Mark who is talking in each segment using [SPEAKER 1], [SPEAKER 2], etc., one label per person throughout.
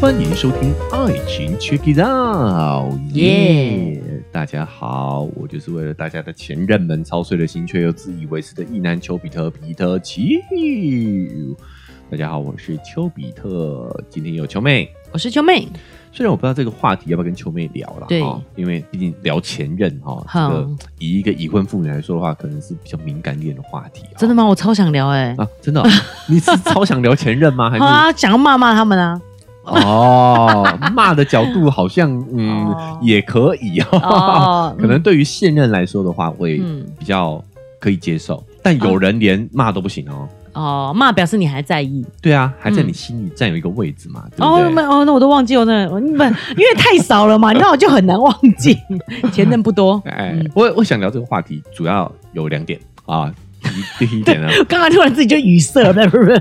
[SPEAKER 1] 欢迎收听《爱情 Check It Out》，耶！大家好，我就是为了大家的前任们操碎了心却又自以为是的意男丘比特皮特奇。大家好，我是丘比特，今天有丘妹。
[SPEAKER 2] 我是秋妹，
[SPEAKER 1] 虽然我不知道这个话题要不要跟秋妹聊了，
[SPEAKER 2] 对
[SPEAKER 1] 哈因为毕竟聊前任哈，这
[SPEAKER 2] 好
[SPEAKER 1] 个以一个已婚妇女来说的话，可能是比较敏感一点的话题。
[SPEAKER 2] 真的
[SPEAKER 1] 吗？
[SPEAKER 2] 吗？我超想聊哎、
[SPEAKER 1] 啊，真的哦、你是超想聊前任 吗？还
[SPEAKER 2] 欸，
[SPEAKER 1] 是
[SPEAKER 2] 好啊，想要骂骂他们啊，
[SPEAKER 1] 哦，骂的角度好像嗯、
[SPEAKER 2] 哦
[SPEAKER 1] 也 可以哦。，
[SPEAKER 2] 哦
[SPEAKER 1] 可能对于现任来说的话，我也
[SPEAKER 2] 嗯
[SPEAKER 1] 比较可以接受，但有人连骂都不行哦。
[SPEAKER 2] 哦骂表示你还在意
[SPEAKER 1] 对啊，还在
[SPEAKER 2] 嗯
[SPEAKER 1] 你心里占有一个位置嘛，对
[SPEAKER 2] 哦，
[SPEAKER 1] 不
[SPEAKER 2] 没
[SPEAKER 1] 对？
[SPEAKER 2] 哦，那我都忘记我那我不，因 为太少了嘛，那我就很难忘 记，前任不多。
[SPEAKER 1] 哎、
[SPEAKER 2] 嗯
[SPEAKER 1] 我我想聊这个话题，主要有两点啊。第一第一点呢，
[SPEAKER 2] 刚刚突然自己就语塞了， 不是不是？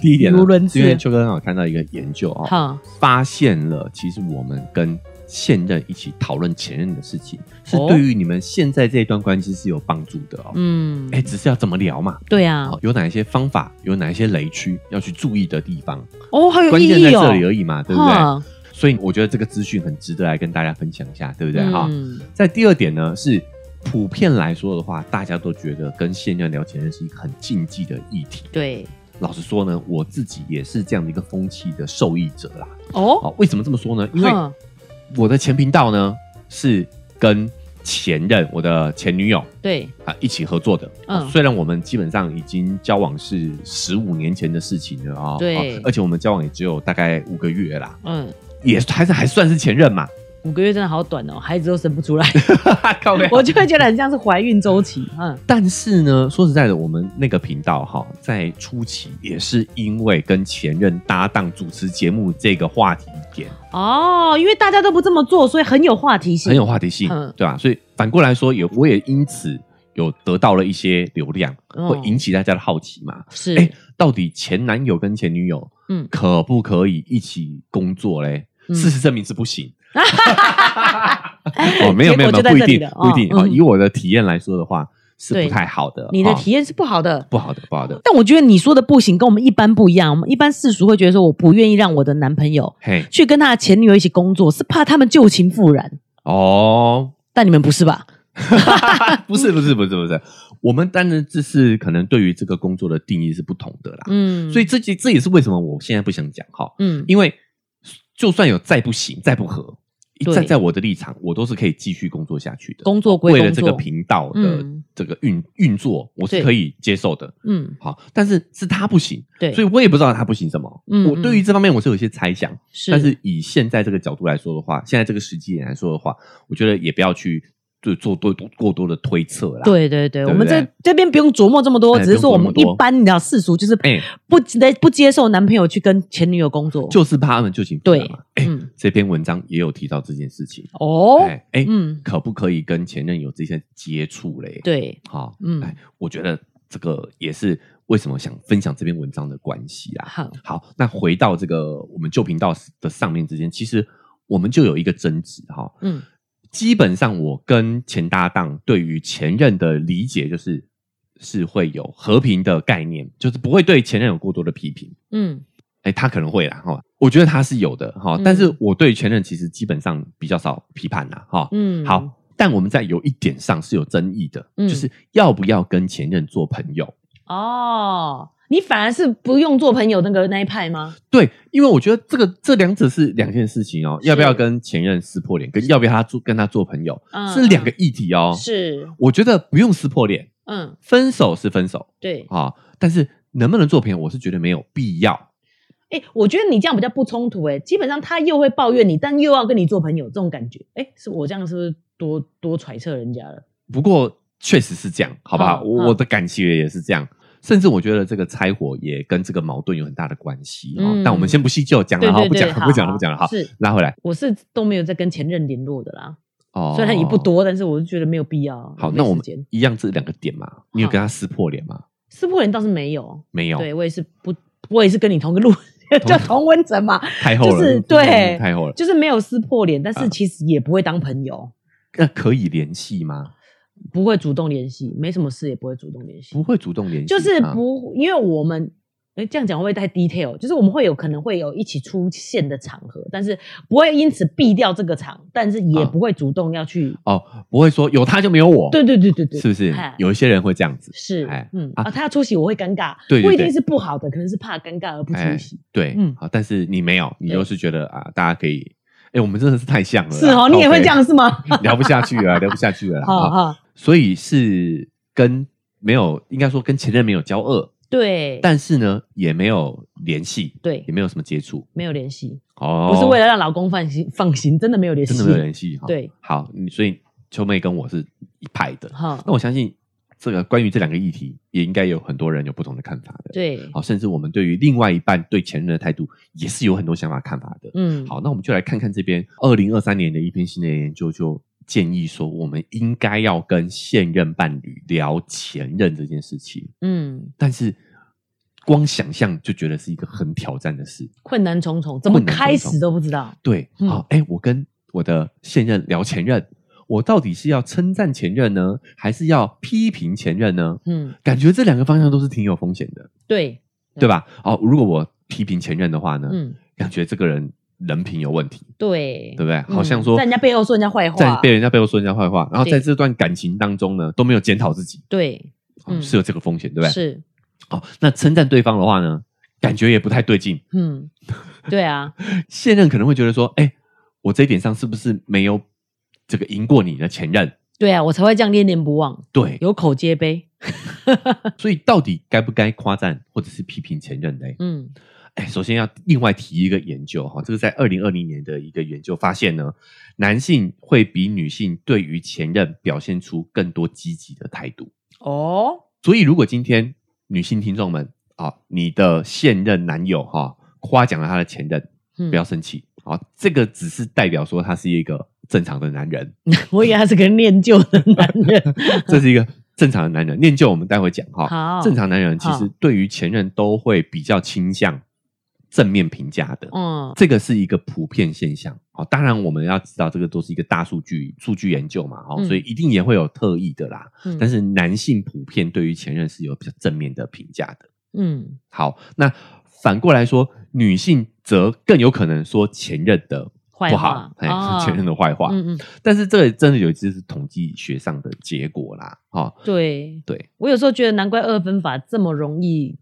[SPEAKER 1] 第一点呢
[SPEAKER 2] 语无伦，次
[SPEAKER 1] 因为秋哥刚好看到一个研究哦，
[SPEAKER 2] 好，
[SPEAKER 1] 发现了，其实我们跟现任一起讨论前任的事情，是
[SPEAKER 2] 哦
[SPEAKER 1] 对于你们现在这一段关系是有帮助的哦。
[SPEAKER 2] 嗯，
[SPEAKER 1] 哎、只是要怎么聊嘛？
[SPEAKER 2] 对啊
[SPEAKER 1] 好，，有哪一些方法？有哪一些雷区要去注意的地方？
[SPEAKER 2] 哦，好有
[SPEAKER 1] 关
[SPEAKER 2] 意
[SPEAKER 1] 键在
[SPEAKER 2] 义哦，
[SPEAKER 1] 这里而已嘛，对不对？
[SPEAKER 2] 哈
[SPEAKER 1] 所以我觉得这个资讯很值得来跟大家分享一下，对不对？哈、
[SPEAKER 2] 嗯
[SPEAKER 1] 在第二点呢，是普遍来说的话，大家都觉得跟现任聊前任是一个很禁忌的议题。
[SPEAKER 2] 对，
[SPEAKER 1] 老实说呢，我自己也是这样的一个风气的受益者啦。
[SPEAKER 2] 哦，
[SPEAKER 1] 哦，为什么这么说呢？因为
[SPEAKER 2] 哼
[SPEAKER 1] 我的前频道呢是跟前任，我的前女友
[SPEAKER 2] 对，
[SPEAKER 1] 啊、一起合作的、
[SPEAKER 2] 嗯
[SPEAKER 1] 啊虽然我们基本上已经交往是十五年前的事情了啊、哦，
[SPEAKER 2] 对
[SPEAKER 1] 啊而且我们交往也只有大概五个月啦，
[SPEAKER 2] 嗯，
[SPEAKER 1] 也还是还算是前任嘛，
[SPEAKER 2] 五个月真的好短哦，孩子都生不出来，
[SPEAKER 1] 靠背
[SPEAKER 2] 我就会觉得很像是怀孕周期，嗯，
[SPEAKER 1] 但是呢，说实在的，我们那个频道哈，在初期也是因为跟前任搭档主持节目这个话题点
[SPEAKER 2] 哦，因为大家都不这么做，所以很有话题性，
[SPEAKER 1] 很有话题性，
[SPEAKER 2] 嗯
[SPEAKER 1] 对吧、所以反过来说，也我也因此有得到了一些流量，
[SPEAKER 2] 嗯
[SPEAKER 1] 会引起大家的好奇嘛。
[SPEAKER 2] 是，
[SPEAKER 1] 哎、到底前男友跟前女友，嗯
[SPEAKER 2] 嗯，
[SPEAKER 1] 可不可以一起工作嘞？
[SPEAKER 2] 嗯
[SPEAKER 1] 事实证明是不 行。哦，没有没有没有，
[SPEAKER 2] 结果就在
[SPEAKER 1] 不一
[SPEAKER 2] 这里
[SPEAKER 1] 定
[SPEAKER 2] 了
[SPEAKER 1] 不一定。
[SPEAKER 2] 哦
[SPEAKER 1] 哦，
[SPEAKER 2] 嗯
[SPEAKER 1] 以我的体验来说的话，是
[SPEAKER 2] 对
[SPEAKER 1] 不太好的。
[SPEAKER 2] 你的
[SPEAKER 1] 哦
[SPEAKER 2] 体验是不好的。
[SPEAKER 1] 不好的，不好的。
[SPEAKER 2] 但我觉得你说的不行，跟我们一般不一样。我们一般世俗会觉得说，我不愿意让我的男朋友
[SPEAKER 1] 嘿，
[SPEAKER 2] 去跟他的前女友一起工作，是怕他们旧情复燃。
[SPEAKER 1] 哦，
[SPEAKER 2] 但你们不是吧？
[SPEAKER 1] 不是不是不是不是，我们当然这是可能对于这个工作的定义是不同的啦。
[SPEAKER 2] 嗯，
[SPEAKER 1] 所以这这这也是为什么我现在不想讲哈，
[SPEAKER 2] 嗯，
[SPEAKER 1] 因为就算有再不行、再不合，
[SPEAKER 2] 对
[SPEAKER 1] 站在我的立场，我都是可以继续工作下去的。
[SPEAKER 2] 工作归
[SPEAKER 1] 为了
[SPEAKER 2] 工
[SPEAKER 1] 这
[SPEAKER 2] 作，
[SPEAKER 1] 个频道的
[SPEAKER 2] 嗯
[SPEAKER 1] 这个运运作，我是
[SPEAKER 2] 对
[SPEAKER 1] 可以接受的。
[SPEAKER 2] 嗯，
[SPEAKER 1] 好，但是是他不行，
[SPEAKER 2] 对，
[SPEAKER 1] 所以我也不知道他不行什么。
[SPEAKER 2] 嗯
[SPEAKER 1] 我对于这方面我是有一些猜想，
[SPEAKER 2] 是，
[SPEAKER 1] 但是以现在这个角度来说的话，现在这个时机点来说的话，我觉得也不要去做做多多过多的推测啦。，
[SPEAKER 2] 对对对，
[SPEAKER 1] 对
[SPEAKER 2] 我们这
[SPEAKER 1] 对
[SPEAKER 2] 这边不用琢磨这么多，
[SPEAKER 1] 哎
[SPEAKER 2] 只是说我们
[SPEAKER 1] 不
[SPEAKER 2] 一
[SPEAKER 1] 用琢磨多
[SPEAKER 2] 般你知道世俗就是
[SPEAKER 1] 哎
[SPEAKER 2] 不不接受男朋友去跟前女友工作，
[SPEAKER 1] 就是怕他们旧情复燃嘛。哎、
[SPEAKER 2] 嗯
[SPEAKER 1] 这篇文章也有提到这件事情。
[SPEAKER 2] 哦，
[SPEAKER 1] 哎哎，
[SPEAKER 2] 嗯，
[SPEAKER 1] 可不可以跟前任有这些接触嘞？，
[SPEAKER 2] 对，
[SPEAKER 1] 好、
[SPEAKER 2] 嗯
[SPEAKER 1] 哎，我觉得这个也是为什么想分享这篇文章的关系啊。
[SPEAKER 2] 好，
[SPEAKER 1] 好，那回到这个我们旧频道的上面之间，其实我们就有一个争执哈、
[SPEAKER 2] 嗯，
[SPEAKER 1] 基本上我跟前搭档对于前任的理解就是是会有和平的概念，就是不会对前任有过多的批评。
[SPEAKER 2] 嗯，
[SPEAKER 1] 哎，他可能会啦哈、我觉得他是有的哈、
[SPEAKER 2] 嗯
[SPEAKER 1] 但是我对前任其实基本上比较少批判啦哈、
[SPEAKER 2] 嗯，
[SPEAKER 1] 好，但我们在有一点上是有争议的，
[SPEAKER 2] 嗯
[SPEAKER 1] 就是要不要跟前任做朋友。
[SPEAKER 2] 哦，你反而是不用做朋友那个那一派吗？
[SPEAKER 1] 对，因为我觉得这个这两者是两件事情哦，
[SPEAKER 2] 是
[SPEAKER 1] 要不要跟前任撕破脸，跟要不要他做跟他做朋友、
[SPEAKER 2] 嗯
[SPEAKER 1] 是两个议题哦。
[SPEAKER 2] 是，
[SPEAKER 1] 我觉得不用撕破脸，
[SPEAKER 2] 嗯，
[SPEAKER 1] 分手是分手
[SPEAKER 2] 对。
[SPEAKER 1] 啊、但是能不能做朋友，我是觉得没有必要。
[SPEAKER 2] 哎、我觉得你这样比较不冲突、哎，基本上他又会抱怨你，但又要跟你做朋友，这种感觉，哎、是我这样是不是多多揣测人家了？
[SPEAKER 1] 不过确实是这样，好不好？
[SPEAKER 2] 嗯
[SPEAKER 1] 我
[SPEAKER 2] 嗯
[SPEAKER 1] 我的感觉也是这样。甚至我觉得这个拆伙也跟这个矛盾有很大的关系哦。
[SPEAKER 2] 嗯
[SPEAKER 1] 但我们先不细究，讲了哈，
[SPEAKER 2] 对
[SPEAKER 1] 不
[SPEAKER 2] 对
[SPEAKER 1] 讲
[SPEAKER 2] 对，
[SPEAKER 1] 了，不讲了，不讲了哈。
[SPEAKER 2] 是，
[SPEAKER 1] 拉回来
[SPEAKER 2] 我是都没有在跟前任联络的啦，
[SPEAKER 1] 哦，
[SPEAKER 2] 虽然也不。多，但是我就觉得没有必要。
[SPEAKER 1] 好，
[SPEAKER 2] 浪费
[SPEAKER 1] 那我们
[SPEAKER 2] 时间
[SPEAKER 1] 一样这两个点嘛，你有跟他撕破脸吗？
[SPEAKER 2] 撕破脸倒是没有，
[SPEAKER 1] 没有，
[SPEAKER 2] 对我也是不，我也是跟你同个路， 叫同温层嘛，
[SPEAKER 1] 太厚了，
[SPEAKER 2] 就是
[SPEAKER 1] 嗯
[SPEAKER 2] 对
[SPEAKER 1] 太厚了。
[SPEAKER 2] 就是没有撕破脸，但
[SPEAKER 1] 啊
[SPEAKER 2] 是其实也不会当朋友。
[SPEAKER 1] 那可以联系吗？
[SPEAKER 2] 不会主动联系，没什么事也不会主动联系
[SPEAKER 1] 不，会主动联系，
[SPEAKER 2] 就是
[SPEAKER 1] 啊
[SPEAKER 2] 不、因为我们哎，这样讲会不会太 detail？就是我们会有可能会有一起出现的场合，但是不会因此避掉这个场，但是也
[SPEAKER 1] 啊
[SPEAKER 2] 不会主动要去。
[SPEAKER 1] 哦，不会说有他就没有我，
[SPEAKER 2] 对对对对对，
[SPEAKER 1] 是不是
[SPEAKER 2] 哎？
[SPEAKER 1] 有一些人会这样子，
[SPEAKER 2] 是
[SPEAKER 1] 哎，
[SPEAKER 2] 嗯
[SPEAKER 1] 啊
[SPEAKER 2] 啊，他出席我会尴尬，
[SPEAKER 1] 对对
[SPEAKER 2] 不一定
[SPEAKER 1] 对
[SPEAKER 2] 是不好的，可能是怕尴尬而不出席。
[SPEAKER 1] 对，
[SPEAKER 2] 嗯
[SPEAKER 1] 好，但是你没有，你
[SPEAKER 2] 对
[SPEAKER 1] 就是觉得啊，大家可以，哎，我们真的是太像了啦，
[SPEAKER 2] 是哦，你也会这样
[SPEAKER 1] OK，
[SPEAKER 2] 是吗？
[SPEAKER 1] 聊不下去 了，聊不下去了啦，
[SPEAKER 2] 好
[SPEAKER 1] 啊
[SPEAKER 2] 好，
[SPEAKER 1] 所以是跟没有，应该说跟前任没有交恶，
[SPEAKER 2] 对，
[SPEAKER 1] 但是呢，也没有联系，
[SPEAKER 2] 对
[SPEAKER 1] 也没有什么接触，
[SPEAKER 2] 没有联系，
[SPEAKER 1] 哦，
[SPEAKER 2] 不是为了让老公放心放心，真的没有联系，
[SPEAKER 1] 真的没有联系哈，
[SPEAKER 2] 对，
[SPEAKER 1] 好，你所以秋妹跟我是一派的，
[SPEAKER 2] 哈
[SPEAKER 1] 那，我相信这个关于这两个议题，也应该有很多人有不同的看法的。
[SPEAKER 2] 对，
[SPEAKER 1] 好，甚至我们对于另外一半对前任的态度，也是有很多想法看法的。
[SPEAKER 2] 嗯，
[SPEAKER 1] 好，那我们就来看看这边二零二三年的一篇新的研究，就建议说，我们应该要跟现任伴侣聊前任这件事情，
[SPEAKER 2] 嗯，
[SPEAKER 1] 但是光想象就觉得是一个很挑战的事。
[SPEAKER 2] 困难重重，怎么
[SPEAKER 1] 困难重
[SPEAKER 2] 开
[SPEAKER 1] 重
[SPEAKER 2] 始都不知道，
[SPEAKER 1] 对，
[SPEAKER 2] 嗯
[SPEAKER 1] 好，哎、我跟我的现任聊前任，我到底是要称赞前任呢，还是要批评前任呢？
[SPEAKER 2] 嗯，
[SPEAKER 1] 感觉这两个方向都是挺有风险的，
[SPEAKER 2] 对，对
[SPEAKER 1] 对吧？哦，如果我批评前任的话呢，
[SPEAKER 2] 嗯，
[SPEAKER 1] 感觉这个人人品有问题，
[SPEAKER 2] 对
[SPEAKER 1] 对，不对？
[SPEAKER 2] 嗯
[SPEAKER 1] 好像说
[SPEAKER 2] 在人家背后说人家坏话
[SPEAKER 1] 在被人家背后说人家坏话，然后在
[SPEAKER 2] 对
[SPEAKER 1] 这段感情当中呢，都没有检讨自己，
[SPEAKER 2] 对，
[SPEAKER 1] 哦
[SPEAKER 2] 嗯
[SPEAKER 1] 是有这个风险，对不对？
[SPEAKER 2] 是，
[SPEAKER 1] 哦，那称赞对方的话呢，感觉也不太对劲。
[SPEAKER 2] 嗯，对啊，
[SPEAKER 1] 现任可能会觉得说，哎，我这一点上是不是没有这个赢过你的前任？
[SPEAKER 2] 对啊，我才会这样念念不忘，
[SPEAKER 1] 对，
[SPEAKER 2] 有口皆碑，
[SPEAKER 1] 所以到底该不该夸赞或者是批评前任呢？
[SPEAKER 2] 嗯
[SPEAKER 1] 哎，首先要另外提一个研究哈，这个在二零二零年的一个研究发现呢，男性会比女性对于前任表现出更多积极的态度。
[SPEAKER 2] 哦，
[SPEAKER 1] 所以如果今天女性听众们啊、你的现任男友哈、夸奖了他的前任，
[SPEAKER 2] 嗯
[SPEAKER 1] 不要生气啊、这个只是代表说他是一个正常的男人，
[SPEAKER 2] 我以为他是个念旧的男人，
[SPEAKER 1] 这是一个正常的男人。念旧我们待会讲哈、
[SPEAKER 2] 好
[SPEAKER 1] 正常男人其
[SPEAKER 2] 好
[SPEAKER 1] 实对于前任都会比较倾向正面评价的。
[SPEAKER 2] 嗯，
[SPEAKER 1] 这个是一个普遍现象，好、当然我们要知道这个都是一个大数据数据研究嘛，哦，
[SPEAKER 2] 嗯
[SPEAKER 1] 所以一定也会有特异的啦。
[SPEAKER 2] 嗯
[SPEAKER 1] 但是男性普遍对于前任是有比较正面的评价的。
[SPEAKER 2] 嗯，
[SPEAKER 1] 好，那反过来说，女性则更有可能说前任的
[SPEAKER 2] 坏
[SPEAKER 1] 不
[SPEAKER 2] 话
[SPEAKER 1] 好，哎，
[SPEAKER 2] 哦
[SPEAKER 1] 前任的坏话。
[SPEAKER 2] 嗯嗯，
[SPEAKER 1] 但是这真的有一次是统计学上的结果啦，哦，
[SPEAKER 2] 对
[SPEAKER 1] 对，
[SPEAKER 2] 我有时候觉得难怪二分法这么容易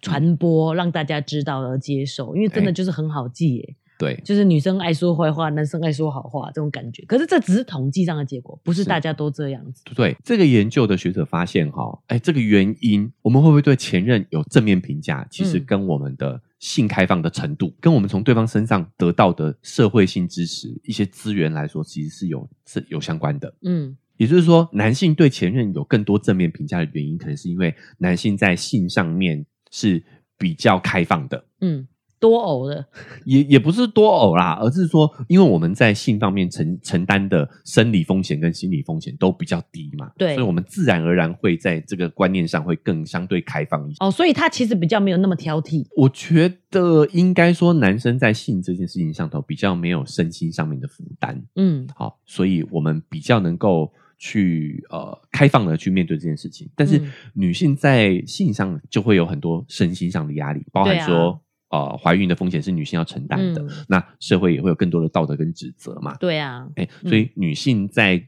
[SPEAKER 2] 传播，让大家知道而接受，因为真的
[SPEAKER 1] 哎
[SPEAKER 2] 就是很好记耶。
[SPEAKER 1] 对，
[SPEAKER 2] 就是女生爱说坏话，男生爱说好话这种感觉。可是这只是统计上的结果，不是
[SPEAKER 1] 是
[SPEAKER 2] 大家都这样子。
[SPEAKER 1] 对，这个研究的学者发现哈、哎，这个原因我们会不会对前任有正面评价，其实
[SPEAKER 2] 嗯
[SPEAKER 1] 跟我们的性开放的程度，跟我们从对方身上得到的社会性支持、一些资源来说，其实是有是有相关的。
[SPEAKER 2] 嗯，
[SPEAKER 1] 也就是说，男性对前任有更多正面评价的原因，可能是因为男性在性上面是比较开放的，
[SPEAKER 2] 嗯，多偶的，
[SPEAKER 1] 也也不是多偶啦，而是说，因为我们在性方面承承担的生理风险跟心理风险都比较低嘛，
[SPEAKER 2] 对
[SPEAKER 1] 所以我们自然而然会在这个观念上会更相对开放一些。
[SPEAKER 2] 哦，所以他其实比较没有那么挑剔。
[SPEAKER 1] 我觉得应该说，男生在性这件事情上头比较没有身心上面的负担，
[SPEAKER 2] 嗯
[SPEAKER 1] 好，所以我们比较能够去呃开放的去面对这件事情。但是
[SPEAKER 2] 嗯
[SPEAKER 1] 女性在性上就会有很多身心上的压力，包含
[SPEAKER 2] 对啊
[SPEAKER 1] 说、呃怀孕的风险是女性要承担的，
[SPEAKER 2] 嗯，
[SPEAKER 1] 那社会也会有更多的道德跟指责嘛。
[SPEAKER 2] 对啊，
[SPEAKER 1] 哎、所以女性在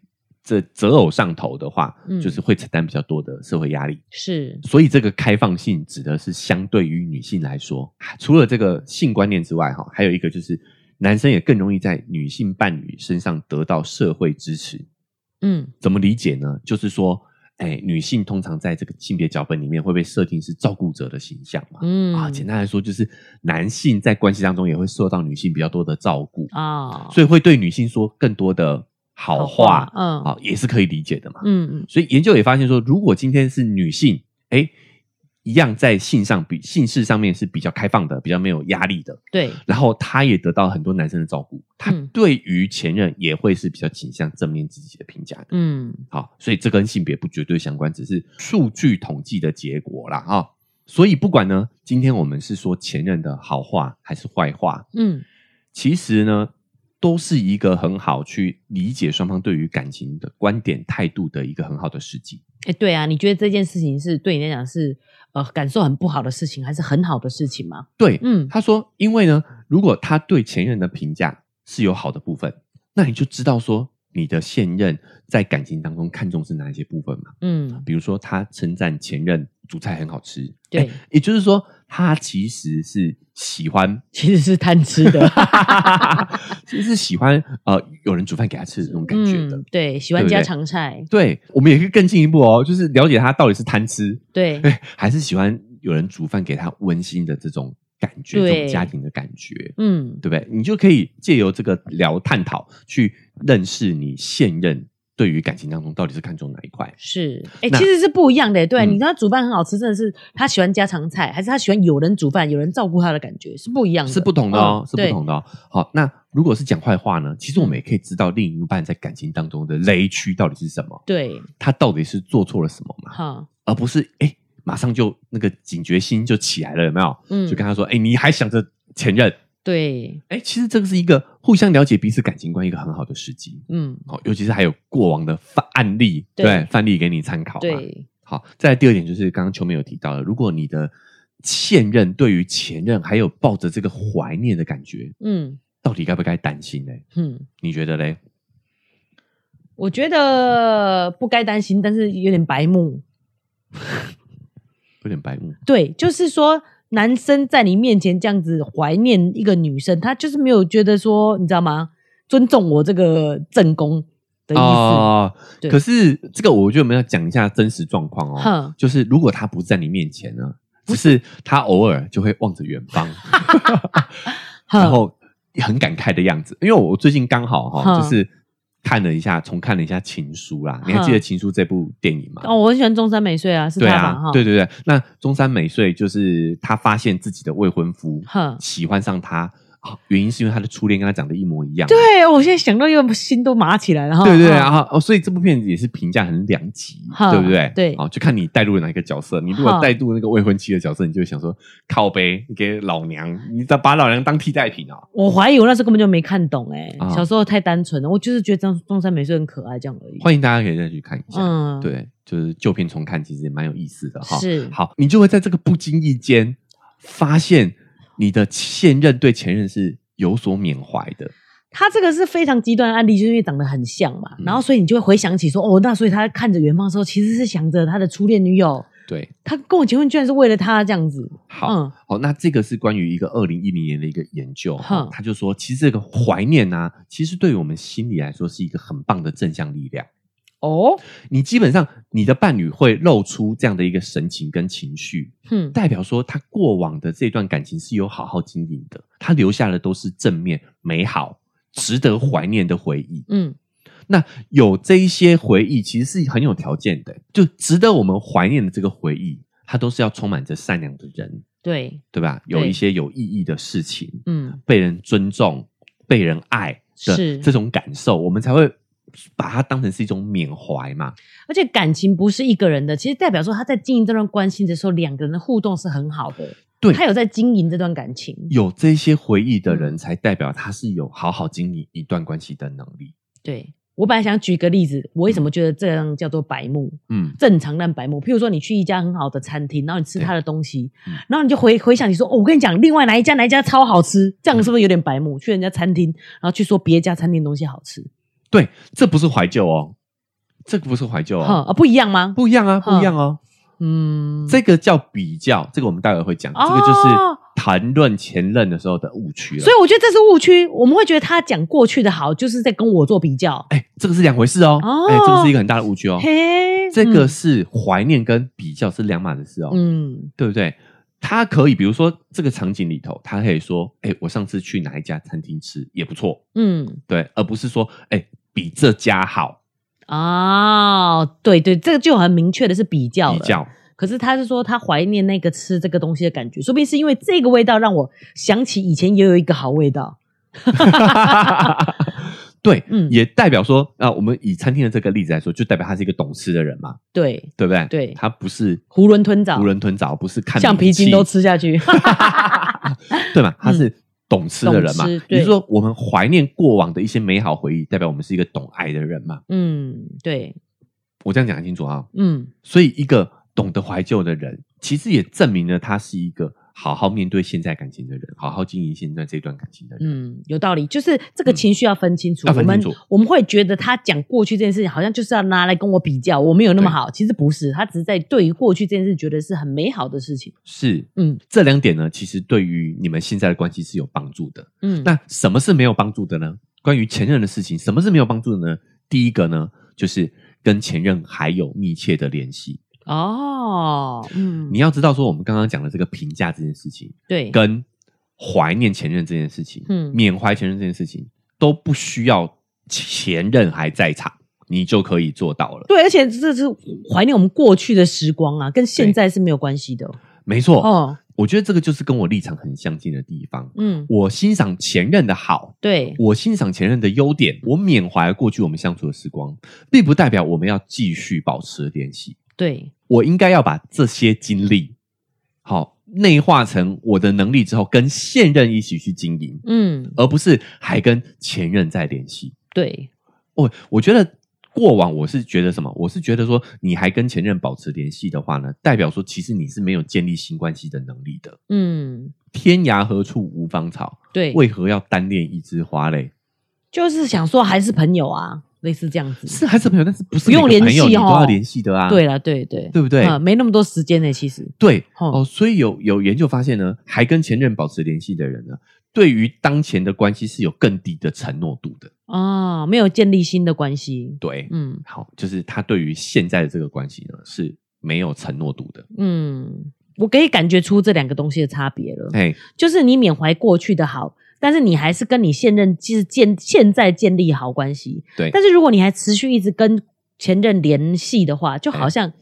[SPEAKER 1] 这择偶上头的话，
[SPEAKER 2] 嗯
[SPEAKER 1] 就是会承担比较多的社会压力。
[SPEAKER 2] 是，
[SPEAKER 1] 所以这个开放性指的是相对于女性来说，啊除了这个性观念之外，哈，还有一个就是男生也更容易在女性伴侣身上得到社会支持。
[SPEAKER 2] 嗯
[SPEAKER 1] 怎么理解呢？就是说，哎，女性通常在这个性别脚本里面会被设定是照顾者的形象嘛。
[SPEAKER 2] 嗯
[SPEAKER 1] 啊，简单来说，就是男性在关系当中也会受到女性比较多的照顾，
[SPEAKER 2] 啊，
[SPEAKER 1] 所以会对女性说更多的好话，
[SPEAKER 2] 嗯
[SPEAKER 1] 啊，也是可以理解的嘛。
[SPEAKER 2] 嗯嗯
[SPEAKER 1] 所以研究也发现说，如果今天是女性，哎，一样在性上比性事上面是比较开放的，比较没有压力的，
[SPEAKER 2] 对，
[SPEAKER 1] 然后她也得到很多男生的照顾，她
[SPEAKER 2] 嗯
[SPEAKER 1] 对于前任也会是比较倾向正面积极的评价的。
[SPEAKER 2] 嗯
[SPEAKER 1] 好，所以这跟性别不绝对相关，只是数据统计的结果啦哈、所以不管呢，今天我们是说前任的好话还是坏话，
[SPEAKER 2] 嗯
[SPEAKER 1] 其实呢，都是一个很好去理解双方对于感情的观点态度的一个很好的时机。
[SPEAKER 2] 哎，对啊，你觉得这件事情是对你来讲是呃感受很不好的事情，还是很好的事情吗？
[SPEAKER 1] 对，
[SPEAKER 2] 嗯，
[SPEAKER 1] 他说，因为呢，如果他对前任的评价是有好的部分，那你就知道说你的现任在感情当中看重是哪一些部分嘛。
[SPEAKER 2] 嗯，
[SPEAKER 1] 比如说，他称赞前任煮菜很好吃，
[SPEAKER 2] 对
[SPEAKER 1] 哎，也就是说，他其实是喜 欢，
[SPEAKER 2] 其实是贪吃的，
[SPEAKER 1] 其实是喜欢呃有人煮饭给他吃的那种感觉的。
[SPEAKER 2] 嗯，对，喜
[SPEAKER 1] 对
[SPEAKER 2] 欢
[SPEAKER 1] 不对
[SPEAKER 2] 家常菜，
[SPEAKER 1] 对，我们也可以更进一步哦，就是了解他到底是贪吃，
[SPEAKER 2] 对，
[SPEAKER 1] 哎，还是喜欢有人煮饭给他温馨的这种感觉，
[SPEAKER 2] 对
[SPEAKER 1] 这种家庭的感觉。
[SPEAKER 2] 嗯，
[SPEAKER 1] 对不对？你就可以借由这个聊探讨，去认识你现任对于感情当中到底是看重哪一块。
[SPEAKER 2] 是，哎、
[SPEAKER 1] 那
[SPEAKER 2] 其实是不一样的。对、啊
[SPEAKER 1] 嗯
[SPEAKER 2] 你跟他煮饭很好吃，真的是他喜欢家常菜，还是他喜欢有人煮饭、有人照顾他的感觉是不一样的，
[SPEAKER 1] 是不同的哦，是
[SPEAKER 2] 嗯对嗯
[SPEAKER 1] 不同的哦。好，那如果是讲坏话呢？其实我们也可以知道另一半在感情当中的雷区到底是什么，
[SPEAKER 2] 对，
[SPEAKER 1] 他到底是做错了什么嘛，
[SPEAKER 2] 哈，
[SPEAKER 1] 而不是哎马上就那个警觉心就起来了，有没有？
[SPEAKER 2] 嗯，
[SPEAKER 1] 就跟他说，哎，你还想着前任？
[SPEAKER 2] 对，
[SPEAKER 1] 哎，其实这个是一个互相了解彼此感情观一个很好的时机。
[SPEAKER 2] 嗯，
[SPEAKER 1] 好，尤其是还有过往的范案例，
[SPEAKER 2] 对
[SPEAKER 1] 对范例给你参考嘛。
[SPEAKER 2] 对，
[SPEAKER 1] 好，再来第二点就是刚刚秋妹有提到的，如果你的现任对于前任还有抱着这个怀念的感觉，
[SPEAKER 2] 嗯
[SPEAKER 1] 到底该不该担心呢？
[SPEAKER 2] 嗯，
[SPEAKER 1] 你觉得嘞？
[SPEAKER 2] 我觉得不该担心，但是有点白目。
[SPEAKER 1] 有点白目，
[SPEAKER 2] 对，就是说。男生在你面前这样子怀念一个女生，他就是没有觉得说，你知道吗？尊重我这个正宫的意思。
[SPEAKER 1] 哦
[SPEAKER 2] 对
[SPEAKER 1] 可是这个我觉得我们要讲一下真实状况哦，
[SPEAKER 2] 哼，
[SPEAKER 1] 就是如果他不在你面前呢，只是他偶尔就会望着远方，然
[SPEAKER 2] 哼，
[SPEAKER 1] 后很感慨的样子。因为我最近刚好哈、
[SPEAKER 2] 哼
[SPEAKER 1] 就是看了一下，重看了一下《情书》啦，你还记得《
[SPEAKER 2] 哼
[SPEAKER 1] 情书》这部电影吗？
[SPEAKER 2] 哦，我很喜欢中山美穗啊，是
[SPEAKER 1] 对
[SPEAKER 2] 他吧？
[SPEAKER 1] 啊
[SPEAKER 2] 哈，
[SPEAKER 1] 对对对。那中山美穗就是她发现自己的未婚夫
[SPEAKER 2] 哼，
[SPEAKER 1] 喜欢上她，啊原因是因为她的初恋跟她长得一模一样。啊
[SPEAKER 2] 对我现在想到又心都麻起来了哈。
[SPEAKER 1] 对对对
[SPEAKER 2] 哈
[SPEAKER 1] 啊哦，所以这部片子也是评价很两极，
[SPEAKER 2] 哼
[SPEAKER 1] 对不对？
[SPEAKER 2] 对
[SPEAKER 1] 哦，就看你带入了哪一个角色。你如果
[SPEAKER 2] 哼
[SPEAKER 1] 带入那个未婚妻的角色，你就会想说靠背，你给老娘，你咋把老娘当替代品啊？
[SPEAKER 2] 我怀疑我那时候根本就没看懂哎、
[SPEAKER 1] 啊
[SPEAKER 2] 小时候太单纯了，我就是觉得中中山美穗很可爱这样而已。
[SPEAKER 1] 欢迎大家可以再去看一下。
[SPEAKER 2] 嗯，，
[SPEAKER 1] 对，就是旧片重看，其实也蛮有意思的哈。
[SPEAKER 2] 是
[SPEAKER 1] 好，你就会在这个不经意间发现你的现任对前任是有所缅怀的。
[SPEAKER 2] 他这个是非常极端的案例，就是因为长得很像嘛，
[SPEAKER 1] 嗯
[SPEAKER 2] 然后所以你就会回想起说，哦，那所以他看着远方的时候，其实是想着他的初恋女友，
[SPEAKER 1] 对，
[SPEAKER 2] 他跟我结婚居然是为了他这样子。
[SPEAKER 1] 好，
[SPEAKER 2] 嗯
[SPEAKER 1] 好，那这个是关于一个二零一零年的一个研究，哈
[SPEAKER 2] 哼
[SPEAKER 1] 他就说，其实这个怀念呢、其实对于我们心理来说是一个很棒的正向力量。
[SPEAKER 2] 哦，
[SPEAKER 1] 你基本上你的伴侣会露出这样的一个神情跟情绪，
[SPEAKER 2] 哼，
[SPEAKER 1] 代表说他过往的这段感情是有好好经营的，他留下的都是正面、美好、值得怀念的回忆。
[SPEAKER 2] 嗯，
[SPEAKER 1] 那有这一些回忆，其实是很有条件的，就值得我们怀念的这个回忆，它都是要充满着善良的人，
[SPEAKER 2] 对，
[SPEAKER 1] 对吧？有
[SPEAKER 2] 对
[SPEAKER 1] 一些有意义的事情，
[SPEAKER 2] 嗯，
[SPEAKER 1] 被人尊重、被人爱的
[SPEAKER 2] 是
[SPEAKER 1] 这种感受，我们才会把它当成是一种缅怀嘛。
[SPEAKER 2] 而且感情不是一个人的，其实代表说他在经营这段关系的时候，两个人的互动是很好的。
[SPEAKER 1] 对
[SPEAKER 2] 他有在经营这段感情。
[SPEAKER 1] 有这些回忆的
[SPEAKER 2] 嗯
[SPEAKER 1] 人，才代表他是有好好经营一段关系的能力。
[SPEAKER 2] 对我本来想举个例子，我为什么觉得这样叫做白目？
[SPEAKER 1] 嗯，
[SPEAKER 2] 正常但白目，譬如说你去一家很好的餐厅，然后你吃
[SPEAKER 1] 对
[SPEAKER 2] 他的东西
[SPEAKER 1] 嗯，
[SPEAKER 2] 然后你就回回想你说，哦，我跟你讲，另外哪一家哪一家超好吃，这样是不是有点白目？去人家餐厅，然后去说别家餐厅东西好吃，
[SPEAKER 1] 对，这不是怀旧哦，这个不是怀旧
[SPEAKER 2] 哈
[SPEAKER 1] 哦，
[SPEAKER 2] 啊，不一样吗？
[SPEAKER 1] 不一样啊，不
[SPEAKER 2] 哼
[SPEAKER 1] 一样哦。
[SPEAKER 2] 嗯，
[SPEAKER 1] 这个叫比较，这个我们待会会讲。
[SPEAKER 2] 哦
[SPEAKER 1] 这个就是谈论前任的时候的误区了。
[SPEAKER 2] 所以我觉得这是误区，我们会觉得他讲过去的好，就是在跟我做比较。
[SPEAKER 1] 哎，这个是两回事哦。
[SPEAKER 2] 哦
[SPEAKER 1] 哎，这个是一个很大的误区哦。
[SPEAKER 2] 嘿，
[SPEAKER 1] 这个是怀念跟比较是两码子事哦，
[SPEAKER 2] 嗯，
[SPEAKER 1] 对不对？他可以，比如说这个场景里头，他可以说：“哎，我上次去哪一家餐厅吃也不错。
[SPEAKER 2] 嗯嗯”
[SPEAKER 1] 对，而不是说：“哎，比这家好。
[SPEAKER 2] 哦，对对，这个就很明确的是比”较
[SPEAKER 1] 比
[SPEAKER 2] 了。
[SPEAKER 1] 较
[SPEAKER 2] 可是他是说他怀念那个吃这个东西的感觉，说不定是因为这个味道让我想起以前也有一个好味道。
[SPEAKER 1] 对，
[SPEAKER 2] 嗯
[SPEAKER 1] 也代表说啊、我们以餐厅的这个例子来说，就代表他是一个懂吃的人嘛，
[SPEAKER 2] 对，
[SPEAKER 1] 对不对？
[SPEAKER 2] 对
[SPEAKER 1] 他不是
[SPEAKER 2] 囫囵吞枣
[SPEAKER 1] 囫囵吞枣，不是看
[SPEAKER 2] 橡皮筋都，吃下去。
[SPEAKER 1] 对嘛？他是懂吃的人嘛，
[SPEAKER 2] 懂吃
[SPEAKER 1] 也
[SPEAKER 2] 对
[SPEAKER 1] 就是说，我们怀念过往的一些美好回忆，代表我们是一个懂爱的人嘛，
[SPEAKER 2] 嗯，对，
[SPEAKER 1] 我这样讲很清楚啊。
[SPEAKER 2] 嗯，
[SPEAKER 1] 所以，一个懂得怀旧的人，其实也证明了他是一个好好面对现在感情的人，好好经营现在这段感情的人。
[SPEAKER 2] 嗯，有道理，就是这个情绪要分清楚。
[SPEAKER 1] 嗯要分清楚
[SPEAKER 2] 我们我们会觉得他讲过去这件事情，好像就是要拿来跟我比较，我没有那么好。其实不是，他只是在对于过去这件事，觉得是很美好的事情。
[SPEAKER 1] 是
[SPEAKER 2] 嗯
[SPEAKER 1] 这两点呢，其实对于你们现在的关系是有帮助的。
[SPEAKER 2] 嗯，
[SPEAKER 1] 那什么是没有帮助的呢？关于前任的事情，什么是没有帮助的呢？第一个呢，就是跟前任还有密切的联系。
[SPEAKER 2] 哦，嗯
[SPEAKER 1] 你，要知道，说我们刚刚讲的这个评价这件事情，
[SPEAKER 2] 对，
[SPEAKER 1] 跟怀念前任这件事情，
[SPEAKER 2] 嗯
[SPEAKER 1] 缅怀前任这件事情，都不需要前任还在场，你就可以做到了。
[SPEAKER 2] 对，而且这是怀念我们过去的时光啊，跟现在是没有关系的。
[SPEAKER 1] 没错，
[SPEAKER 2] 哦，
[SPEAKER 1] 我觉得这个就是跟我立场很相近的地方。
[SPEAKER 2] 嗯，
[SPEAKER 1] 我欣赏前任的好，
[SPEAKER 2] 对，
[SPEAKER 1] 我欣赏前任的优点，我缅怀过去我们相处的时光，并不代表我们要继续保持联系。
[SPEAKER 2] 对，
[SPEAKER 1] 我应该要把这些经历，好内化成我的能力之后，跟现任一起去经营，
[SPEAKER 2] 嗯，
[SPEAKER 1] 而不是还跟前任在联系。
[SPEAKER 2] 对，
[SPEAKER 1] 我我觉得过往我是觉得什么？我是觉得说，你还跟前任保持联系的话呢，代表说其实你是没有建立新关系的能力的。
[SPEAKER 2] 嗯，
[SPEAKER 1] 天涯何处无芳草，
[SPEAKER 2] 对，
[SPEAKER 1] 为何要单恋一枝花嘞？
[SPEAKER 2] 就是想说还是朋友啊，类似这样子。
[SPEAKER 1] 是还啊是朋友，但是不是
[SPEAKER 2] 不用
[SPEAKER 1] 每个朋友你
[SPEAKER 2] 联系
[SPEAKER 1] 都要
[SPEAKER 2] 哦
[SPEAKER 1] 联系的啊？
[SPEAKER 2] 对了，对对
[SPEAKER 1] 对不对？
[SPEAKER 2] 啊，没那么多时间呢，其实。
[SPEAKER 1] 对
[SPEAKER 2] 哦
[SPEAKER 1] 哦，所以有有研究发现呢，还跟前任保持联系的人呢，对于当前的关系是有更低的承诺度的。
[SPEAKER 2] 啊，没有建立新的关系。
[SPEAKER 1] 对，
[SPEAKER 2] 嗯
[SPEAKER 1] 好，就是他对于现在的这个关系呢是没有承诺度的。
[SPEAKER 2] 嗯，我可以感觉出这两个东西的差别了。
[SPEAKER 1] 哎，
[SPEAKER 2] 就是你缅怀过去的好，但是你还是跟你现任就是建现在建立好关系。
[SPEAKER 1] 对
[SPEAKER 2] 但是如果你还持续一直跟前任联系的话，就
[SPEAKER 1] 哎
[SPEAKER 2] 好像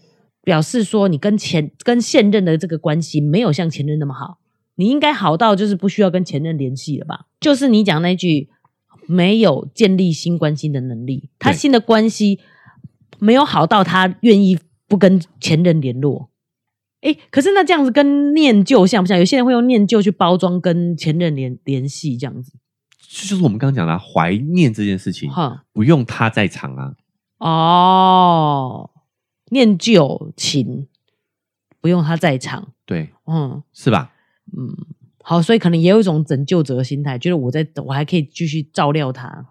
[SPEAKER 2] 表示说你跟前跟现任的这个关系没有像前任那么好，你应该好到就是不需要跟前任联系了吧？就是你讲那句没有建立新关系的能力，他
[SPEAKER 1] 对
[SPEAKER 2] 新的关系没有好到他愿意不跟前任联络。哎，可是那这样子跟念旧像不像？有些人会用念旧去包装跟前任联联系这样子，
[SPEAKER 1] 这就是我们刚刚讲的啊怀念这件事情，
[SPEAKER 2] 哈
[SPEAKER 1] 不用他在场啊。
[SPEAKER 2] 哦，念旧情不用他在场，
[SPEAKER 1] 对，
[SPEAKER 2] 嗯
[SPEAKER 1] 是吧？
[SPEAKER 2] 嗯，好，所以可能也有一种拯救者的心态，觉得我在我还可以继续照料他，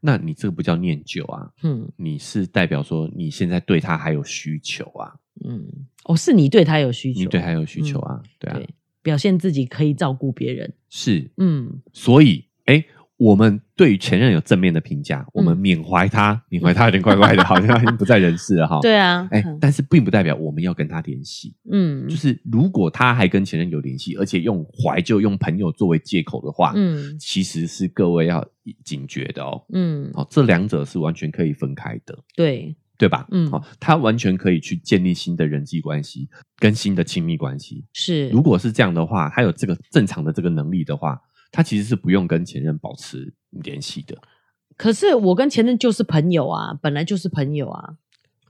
[SPEAKER 1] 那你这个不叫念旧啊，
[SPEAKER 2] 嗯
[SPEAKER 1] 你是代表说你现在对他还有需求啊，
[SPEAKER 2] 嗯，哦，是你对他有需求，嗯
[SPEAKER 1] 你对他有需求啊，对啊，
[SPEAKER 2] 对表现自己可以照顾别人，
[SPEAKER 1] 是
[SPEAKER 2] 嗯
[SPEAKER 1] 所以，哎，我们对于前任有正面的评价，我
[SPEAKER 2] 嗯
[SPEAKER 1] 们缅怀他，缅怀他有点怪 怪的，好像已经不在人世了哈。，
[SPEAKER 2] 对啊，
[SPEAKER 1] 哎，
[SPEAKER 2] 嗯
[SPEAKER 1] 但是并不代表我们要跟他联系。
[SPEAKER 2] 嗯
[SPEAKER 1] 就是如果他还跟前任有联系，而且用怀旧、用朋友作为借口的话，
[SPEAKER 2] 嗯
[SPEAKER 1] 其实是各位要警觉的哦。
[SPEAKER 2] 嗯，
[SPEAKER 1] 哦，这两者是完全可以分开的，
[SPEAKER 2] 对，
[SPEAKER 1] 对吧？
[SPEAKER 2] 嗯
[SPEAKER 1] 哦，他完全可以去建立新的人际关系跟新的亲密关系。
[SPEAKER 2] 是，
[SPEAKER 1] 如果是这样的话，他有这个正常的这个能力的话，他其实是不用跟前任保持联系的。
[SPEAKER 2] 可是我跟前任就是朋友啊，本来就是朋友啊，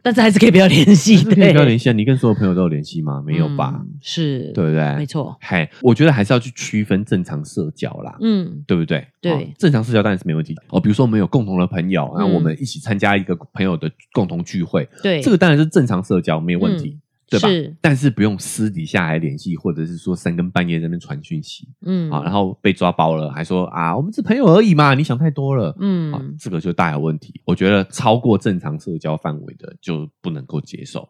[SPEAKER 2] 但是还是可以不要联系，
[SPEAKER 1] 可以
[SPEAKER 2] 对，
[SPEAKER 1] 不要联系啊？你跟所有朋友都有联系吗？没有吧？
[SPEAKER 2] 嗯是，
[SPEAKER 1] 对不对？
[SPEAKER 2] 没。错，
[SPEAKER 1] 嘿，我觉得还是要去区分正常社交啦。
[SPEAKER 2] 嗯
[SPEAKER 1] 对不对？
[SPEAKER 2] 对
[SPEAKER 1] 哦正常社交当然是没问题哦。比如说我们有共同的朋友，那我们一起参加一个朋友的共同聚会，
[SPEAKER 2] 嗯对，嗯
[SPEAKER 1] 这个当然是正常社交，没有问题，对吧？
[SPEAKER 2] 是，
[SPEAKER 1] 但是不用私底下来联系，或者是说三更半夜在那边传讯息
[SPEAKER 2] 嗯，
[SPEAKER 1] 啊，然后被抓包了，还说啊，我们是朋友而已嘛，你想太多了。啊
[SPEAKER 2] 嗯，
[SPEAKER 1] 这个就大有问题。我觉得超过正常社交范围的就不能够接 受。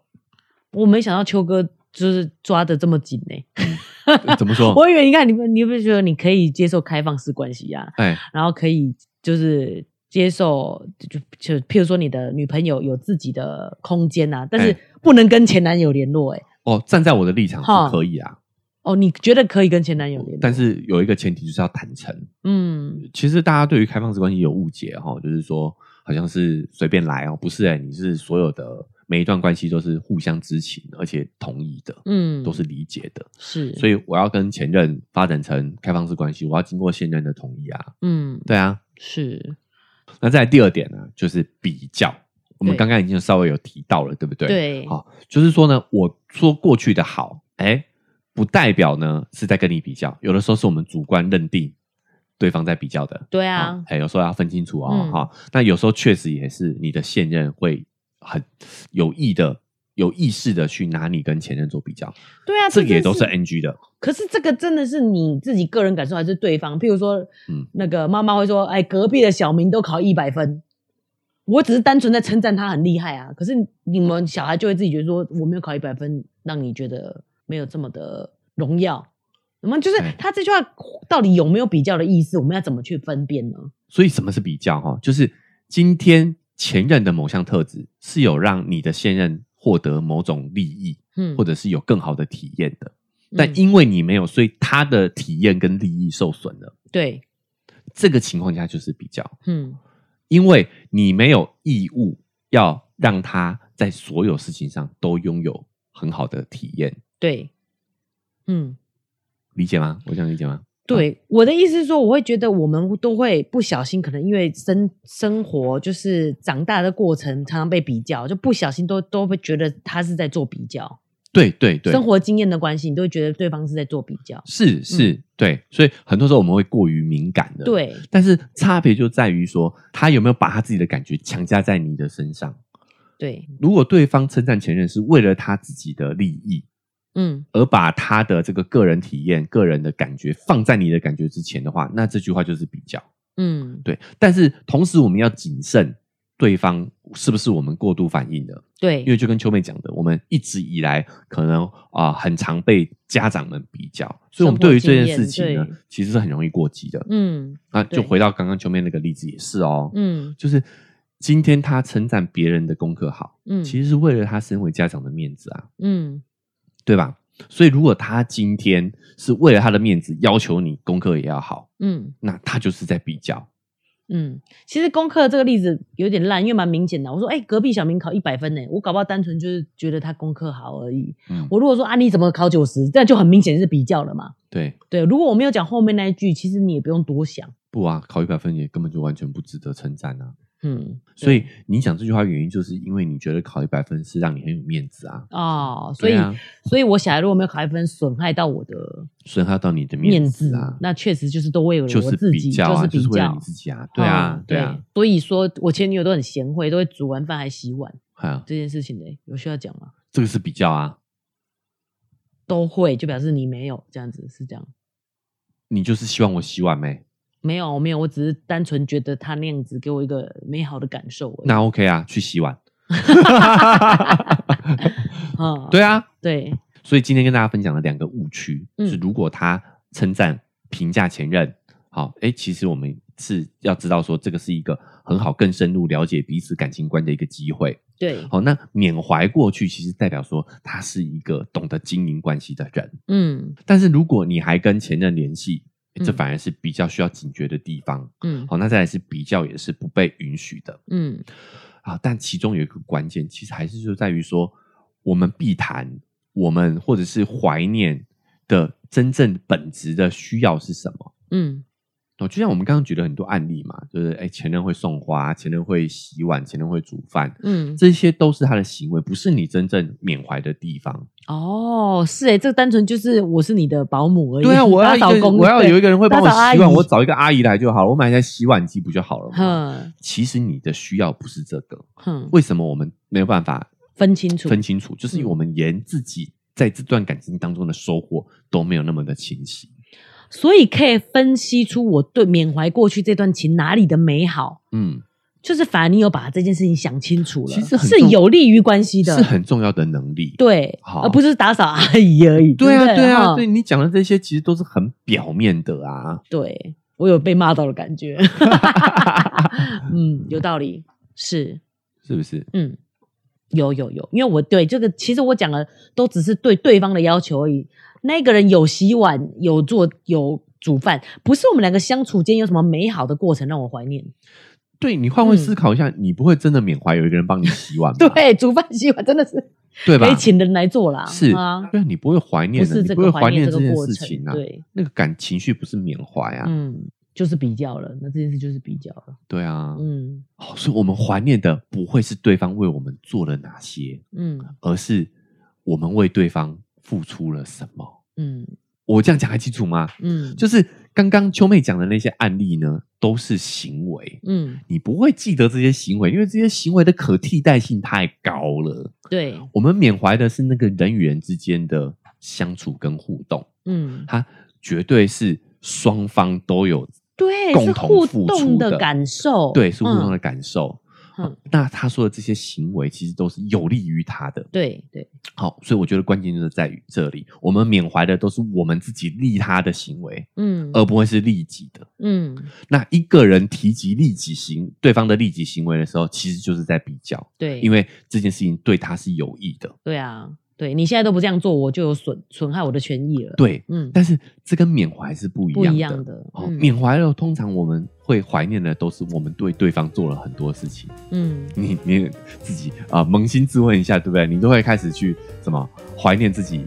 [SPEAKER 2] 我没想到秋哥就是抓的这么紧呢、
[SPEAKER 1] 怎么说？
[SPEAKER 2] 我以为你看你们，你不觉得你可以接受开放式关系啊，
[SPEAKER 1] 哎，
[SPEAKER 2] 然后可以就是。接受就就譬如说你的女朋友有自己的空间啊，但是
[SPEAKER 1] 哎
[SPEAKER 2] 不能跟前男友联络、欸。哎，
[SPEAKER 1] 哦，站在我的立场
[SPEAKER 2] 哈
[SPEAKER 1] 是可以啊，
[SPEAKER 2] 哦，你觉得可以跟前男友联络？
[SPEAKER 1] 但是有一个前提就是要坦诚。
[SPEAKER 2] 嗯，
[SPEAKER 1] 其实大家对于开放式关系有误解哈、就是说好像是随便来哦，不是哎、你是所有的每一段关系都是互相知情而且同意的，
[SPEAKER 2] 嗯，
[SPEAKER 1] 都是理解的。
[SPEAKER 2] 是，
[SPEAKER 1] 所
[SPEAKER 2] 以
[SPEAKER 1] 以我要跟前任发展成开放式关系，我要经过现任的同意啊。
[SPEAKER 2] 嗯
[SPEAKER 1] 对啊，
[SPEAKER 2] 是，
[SPEAKER 1] 那再来第二点呢，就是比较。我们
[SPEAKER 2] 对
[SPEAKER 1] 刚刚已经稍微有提到了，对不对？
[SPEAKER 2] 对
[SPEAKER 1] 好、就是说呢，我说过去的好，哎，不代表呢是在跟你比较，有的时候是我们主观认定对方在比较的。
[SPEAKER 2] 对
[SPEAKER 1] 啊，哎，有时候要分清楚哦，
[SPEAKER 2] 啊嗯
[SPEAKER 1] 哈、那有时候确实也是你的现任会很有意的、有意识的去拿你跟前任做比较，
[SPEAKER 2] 对啊，
[SPEAKER 1] 这个也
[SPEAKER 2] 真
[SPEAKER 1] 都是
[SPEAKER 2] 是
[SPEAKER 1] NG 的。
[SPEAKER 2] 可是这个真的是你自己个人感受还是对方？譬如说，
[SPEAKER 1] 嗯
[SPEAKER 2] 那个妈妈会说：“哎，隔壁的小明都考一百分。”我只是单纯在称赞他很厉害啊。可是你们小孩就会自己觉得说：“我没有考一百分，让你觉得没有这么的荣耀。”那么就是
[SPEAKER 1] 哎
[SPEAKER 2] 他这句话到底有没有比较的意思？我们要怎么去分辨呢？
[SPEAKER 1] 所以什么是比较哈？就是今天前任的某项特质是有让你的现任获得某种利益，
[SPEAKER 2] 嗯，
[SPEAKER 1] 或
[SPEAKER 2] 者
[SPEAKER 1] 者是有更好的体验的。但因为你没有，所以他的体验跟利益受损了。
[SPEAKER 2] 对，
[SPEAKER 1] 这个情况下就是比较，
[SPEAKER 2] 嗯
[SPEAKER 1] 因为你没有义务要让他在所有事情上都拥有很好的体验，
[SPEAKER 2] 对，嗯。
[SPEAKER 1] 理解吗？我这样理解吗？
[SPEAKER 2] 对，我的意思是说，我会觉得我们都会不小心，可能因为生生活就是长大的过程，常常被比较，就不小心都都会觉得他是在做比较，
[SPEAKER 1] 对对对，
[SPEAKER 2] 生活经验的关系，你都会觉得对方是在做比较。
[SPEAKER 1] 是是、对，所以很多时候我们会过于敏感的。，
[SPEAKER 2] 嗯对，
[SPEAKER 1] 但是差别就在于说，他有没有把他自己的感觉强加在你的身上。
[SPEAKER 2] 对，
[SPEAKER 1] 如果对方称赞前任是为了他自己的利益，
[SPEAKER 2] 嗯，
[SPEAKER 1] 而把他的这个个人体验、个人的感觉放在你的感觉之前的话，那这句话就是比较
[SPEAKER 2] 嗯，
[SPEAKER 1] 对。但是同时，我们要谨慎对方是不是我们过度反应的，
[SPEAKER 2] 对，
[SPEAKER 1] 因为就跟秋妹讲的，我们一直以来可能啊、很常被家长们比较，所以我们对于这件事情
[SPEAKER 2] 生活
[SPEAKER 1] 呢
[SPEAKER 2] 经验，
[SPEAKER 1] 其实是很容易过激的。
[SPEAKER 2] 嗯
[SPEAKER 1] 啊，
[SPEAKER 2] 对
[SPEAKER 1] 就回到刚刚秋妹那个例子也是哦，
[SPEAKER 2] 嗯
[SPEAKER 1] 就是今天他称赞别人的功课好，
[SPEAKER 2] 嗯，
[SPEAKER 1] 其实是为了他身为家长的面子啊。
[SPEAKER 2] 嗯
[SPEAKER 1] 对吧？所以如果他今天是为了他的面子要求你功课也要好，
[SPEAKER 2] 嗯
[SPEAKER 1] 那他就是在比较。
[SPEAKER 2] 嗯，其实功课这个例子有点烂，因为蛮明显的。我说，哎、隔壁小明考一百分呢，我搞不好单纯就是觉得他功课好而已。
[SPEAKER 1] 嗯，
[SPEAKER 2] 我如果说啊，你怎么考九十，这样就很明显是比较了嘛。
[SPEAKER 1] 对，
[SPEAKER 2] 对，如果我没有讲后面那一句，其实你也不用多想。
[SPEAKER 1] 不啊，考一百分也根本就完全不值得称赞啊。
[SPEAKER 2] 嗯，
[SPEAKER 1] 所以你讲这句话的原因，就是因为你觉得考一百分是让你很有面子啊，
[SPEAKER 2] 哦，所以、
[SPEAKER 1] 对啊
[SPEAKER 2] 所以我小孩如果没有考一分，损害到我的
[SPEAKER 1] 损害到你的
[SPEAKER 2] 面
[SPEAKER 1] 子
[SPEAKER 2] 子，
[SPEAKER 1] 啊，
[SPEAKER 2] 那确实就是都为了
[SPEAKER 1] 就
[SPEAKER 2] 我
[SPEAKER 1] 是
[SPEAKER 2] 自己，
[SPEAKER 1] 比较啊，
[SPEAKER 2] 就
[SPEAKER 1] 就是是
[SPEAKER 2] 比
[SPEAKER 1] 为了
[SPEAKER 2] 较
[SPEAKER 1] 你。自己啊，对啊
[SPEAKER 2] 哦，
[SPEAKER 1] 对啊，，
[SPEAKER 2] 所以说我前女友都很贤惠，都会煮完饭还洗碗
[SPEAKER 1] 哎呀，
[SPEAKER 2] 这件事情嘞，有需要讲吗？
[SPEAKER 1] 这个是比较啊，
[SPEAKER 2] 都会，就表示你没有这样子，是这样。
[SPEAKER 1] 你就是希望我洗碗没？
[SPEAKER 2] 没有，没有，我只是单纯觉得他那样子给我一个美好的感受而已。
[SPEAKER 1] 那 OK 啊，去洗 碗。
[SPEAKER 2] 嗯，
[SPEAKER 1] 对啊，
[SPEAKER 2] 对，
[SPEAKER 1] 所以今天跟大家分享了两个误区，
[SPEAKER 2] 嗯
[SPEAKER 1] 是如果他称赞评价前任，好，哎，其实我们是要知道说这个是一个很好更深入了解彼此感情观的一个机会。
[SPEAKER 2] 对，
[SPEAKER 1] 好，那缅怀过去，其实代表说他是一个懂得经营关系的人。
[SPEAKER 2] 嗯
[SPEAKER 1] 但是如果你还跟前任联系，诶这
[SPEAKER 2] 嗯
[SPEAKER 1] 反而是比较需要警觉的地方。
[SPEAKER 2] 嗯
[SPEAKER 1] 好，那再来是比较也是不被允许的
[SPEAKER 2] 嗯，
[SPEAKER 1] 啊。但其中有一个关键，其实还是就在于说，我们避谈，我们或者是怀念的真正本质的需要是什么。
[SPEAKER 2] 嗯
[SPEAKER 1] 哦，就像我们刚刚举了很多案例嘛，就是哎，前任会送花，前任会洗碗，前任会煮饭，
[SPEAKER 2] 嗯，
[SPEAKER 1] 这些都是他的行为，不是你真正缅怀的地方。
[SPEAKER 2] 哦，是哎，这单纯就是我是你的保姆而已。
[SPEAKER 1] 对啊，我要
[SPEAKER 2] 打
[SPEAKER 1] 一
[SPEAKER 2] 扫
[SPEAKER 1] 个，
[SPEAKER 2] 工，
[SPEAKER 1] 我要有一
[SPEAKER 2] 个，
[SPEAKER 1] 个人会帮我
[SPEAKER 2] 打扫阿
[SPEAKER 1] 洗碗，
[SPEAKER 2] 姨
[SPEAKER 1] 我找一个阿姨来就好了，我买一台洗碗机不就好了吗？
[SPEAKER 2] 哼
[SPEAKER 1] 其实你的需要不是这个，
[SPEAKER 2] 哼，
[SPEAKER 1] 为什么我们没有办法
[SPEAKER 2] 分清楚，
[SPEAKER 1] 分清楚？
[SPEAKER 2] 嗯
[SPEAKER 1] 就是因为我们连自己在这段感情当中的收获都没有那么的清晰。
[SPEAKER 2] 所以可以分析出我对缅怀过去这段情哪里的美好，
[SPEAKER 1] 嗯，
[SPEAKER 2] 就是反而你有把这件事情想清楚了，
[SPEAKER 1] 其实很
[SPEAKER 2] 是
[SPEAKER 1] 重
[SPEAKER 2] 有利于关系的，
[SPEAKER 1] 是很重要的能力。
[SPEAKER 2] 对，
[SPEAKER 1] 好
[SPEAKER 2] 而不是打扫阿姨而已。
[SPEAKER 1] 对
[SPEAKER 2] 不
[SPEAKER 1] 啊，对啊，
[SPEAKER 2] 哈
[SPEAKER 1] 对你讲的这些其实都是很表面的啊。
[SPEAKER 2] 对，我有被骂到的 感觉。嗯，有道理，是。
[SPEAKER 1] 是不是？
[SPEAKER 2] 嗯，有有有，因为我对这个，其实我讲的都只是对对方的要求而已。那个人有洗碗，有做，有煮饭，不是我们两个相处间有什么美好的过程让我怀念。
[SPEAKER 1] 对你换位思考一下，你不会真的缅怀有一个人帮你洗碗吧？
[SPEAKER 2] 嗯对，煮饭洗碗真的是
[SPEAKER 1] 对吧
[SPEAKER 2] 可以？请人来做啦。
[SPEAKER 1] 是
[SPEAKER 2] 啊，，
[SPEAKER 1] 对啊，你不会怀
[SPEAKER 2] 不
[SPEAKER 1] 念的，
[SPEAKER 2] 是
[SPEAKER 1] 你
[SPEAKER 2] 这
[SPEAKER 1] 不
[SPEAKER 2] 个
[SPEAKER 1] 会
[SPEAKER 2] 怀
[SPEAKER 1] 怀
[SPEAKER 2] 念
[SPEAKER 1] 念
[SPEAKER 2] 这
[SPEAKER 1] 这
[SPEAKER 2] 个
[SPEAKER 1] 件
[SPEAKER 2] 过
[SPEAKER 1] 事
[SPEAKER 2] 程
[SPEAKER 1] 情，啊。
[SPEAKER 2] 对，
[SPEAKER 1] 那个感情绪不是缅怀啊，
[SPEAKER 2] 嗯，就是比较了，那这件事就是比较了。
[SPEAKER 1] 对啊。
[SPEAKER 2] 嗯
[SPEAKER 1] 哦所以我们怀念的不会是对方为我们做了哪些，
[SPEAKER 2] 嗯
[SPEAKER 1] 而是我们为对方付出了什么。
[SPEAKER 2] 嗯
[SPEAKER 1] 我这样讲还清楚吗？
[SPEAKER 2] 嗯，
[SPEAKER 1] 就是刚刚秋妹讲的那些案例呢，都是行为，
[SPEAKER 2] 嗯，
[SPEAKER 1] 你不会记得这些行为，因为这些行为的可替代性太高了。
[SPEAKER 2] 对，
[SPEAKER 1] 我们缅怀的是那个人与人之间的相处跟互动，
[SPEAKER 2] 嗯，
[SPEAKER 1] 它绝对是双方都有
[SPEAKER 2] 对，
[SPEAKER 1] 共
[SPEAKER 2] 是
[SPEAKER 1] 同
[SPEAKER 2] 互
[SPEAKER 1] 付
[SPEAKER 2] 动
[SPEAKER 1] 出
[SPEAKER 2] 的
[SPEAKER 1] 的
[SPEAKER 2] 感受，
[SPEAKER 1] 对是互动
[SPEAKER 2] 嗯
[SPEAKER 1] 的感受。
[SPEAKER 2] 嗯
[SPEAKER 1] 那他说的这些行为，其实都是有利于他的。
[SPEAKER 2] 对对，
[SPEAKER 1] 好，所以我觉得关键就是在于这里，我们缅怀的都是我们自己利他的行为，
[SPEAKER 2] 嗯
[SPEAKER 1] 而不会是利己的。
[SPEAKER 2] 嗯，
[SPEAKER 1] 那一个人提及利己行对方的利己行为的时候，其实就是在比较，
[SPEAKER 2] 对，
[SPEAKER 1] 因
[SPEAKER 2] 为
[SPEAKER 1] 为这件事情对他是有益的。
[SPEAKER 2] 对啊，对你现在都不这样做，我就有损损害我的权益了，，
[SPEAKER 1] 对，
[SPEAKER 2] 嗯，
[SPEAKER 1] 但是这跟缅怀是不一
[SPEAKER 2] 不
[SPEAKER 1] 样
[SPEAKER 2] 一
[SPEAKER 1] 的。
[SPEAKER 2] 样的，
[SPEAKER 1] 哦，
[SPEAKER 2] 嗯
[SPEAKER 1] 缅怀了，通常我们会怀念的都是我们对对方做了很多事情。
[SPEAKER 2] 嗯，
[SPEAKER 1] 你你自己啊、扪心自问一下，对不对？你都会开始去什么怀念自己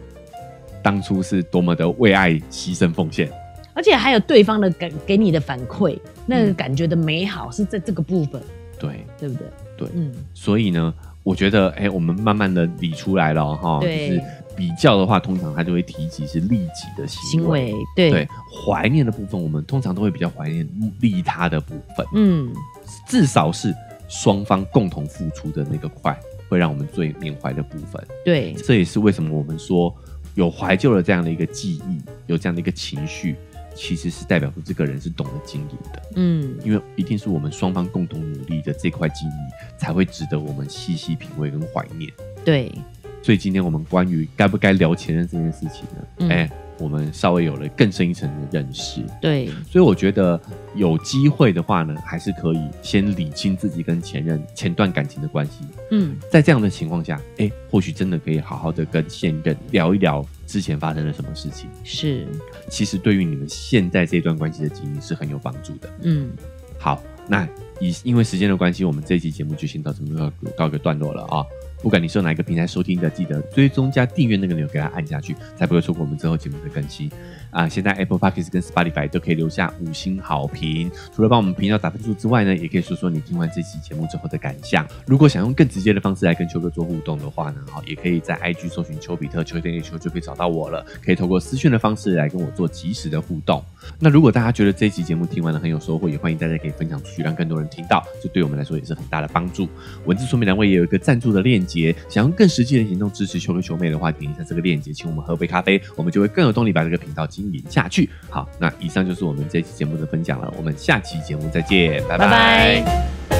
[SPEAKER 1] 当初是多么的为爱牺牲奉献。
[SPEAKER 2] 而且还有对方的给给你的反馈，那个
[SPEAKER 1] 嗯
[SPEAKER 2] 感觉的美好是在这个部分，
[SPEAKER 1] 对，
[SPEAKER 2] 对不对？
[SPEAKER 1] 对
[SPEAKER 2] 嗯，
[SPEAKER 1] 所以呢，我觉得哎、我们慢慢的理出来了哦哈，就
[SPEAKER 2] 对
[SPEAKER 1] 是比较的话，通常他就会提及是利己的行为。
[SPEAKER 2] 行为对，
[SPEAKER 1] 对怀念的部分，我们通常都会比较怀念利他的部分，
[SPEAKER 2] 嗯，
[SPEAKER 1] 至少是双方共同付出的那个块，会让我们最缅怀的部分。
[SPEAKER 2] 对，
[SPEAKER 1] 这也是为什么我们说有怀旧的这样的一个记忆，有这样的一个情绪，其实是代表出这个人是懂得经营的，
[SPEAKER 2] 嗯，
[SPEAKER 1] 因为一定是我们双方共同努力的这块记忆，才会值得我们细细品味跟怀念。
[SPEAKER 2] 对，
[SPEAKER 1] 所以今天我们关于该不该聊前任这件事情呢，哎、
[SPEAKER 2] 嗯
[SPEAKER 1] 我们稍微有了更深一层的认识。
[SPEAKER 2] 对，
[SPEAKER 1] 所以我觉得有机会的话呢，还是可以先理清自己跟前任前段感情的关系，
[SPEAKER 2] 嗯，
[SPEAKER 1] 在这样的情况下，哎，或许真的可以好好的跟现任聊一聊之前发生了什么事情。
[SPEAKER 2] 是，
[SPEAKER 1] 其实对于你们现在这段关系的经营是很有帮助的。
[SPEAKER 2] 嗯，
[SPEAKER 1] 好，那以因为时间的关系，我们这一期节目就先到这么告告一个段落了啊。不管你是用哪一个平台收听的，记得追踪加订阅那个钮，给它按下去，才不会错过我们之后节目的更新啊！现在 Apple Podcast 跟 Spotify 都可以留下五星好评，除了帮我们频道打分数之外呢，也可以说说你听完这期节目之后的感想。如果想用更直接的方式来跟丘哥做互动的话呢，好，也可以在 IG 搜寻丘比特丘点丘就可以找到我了，可以透过私讯的方式来跟我做及时的互动。那如果大家觉得这一期节目听完了很有收获，也欢迎大家可以分享出去，让更多人听到，这对我们来说也是很大的帮助。文字说明栏位也有一个赞助的链接，想用更实际的行动支持球哥球妹的话，点一下这个链接，请我们喝杯咖啡，我们就会更有动力把这个频道经营下去。好，那以上就是我们这期节目的分享了，我们下期节目再见，拜
[SPEAKER 2] 拜拜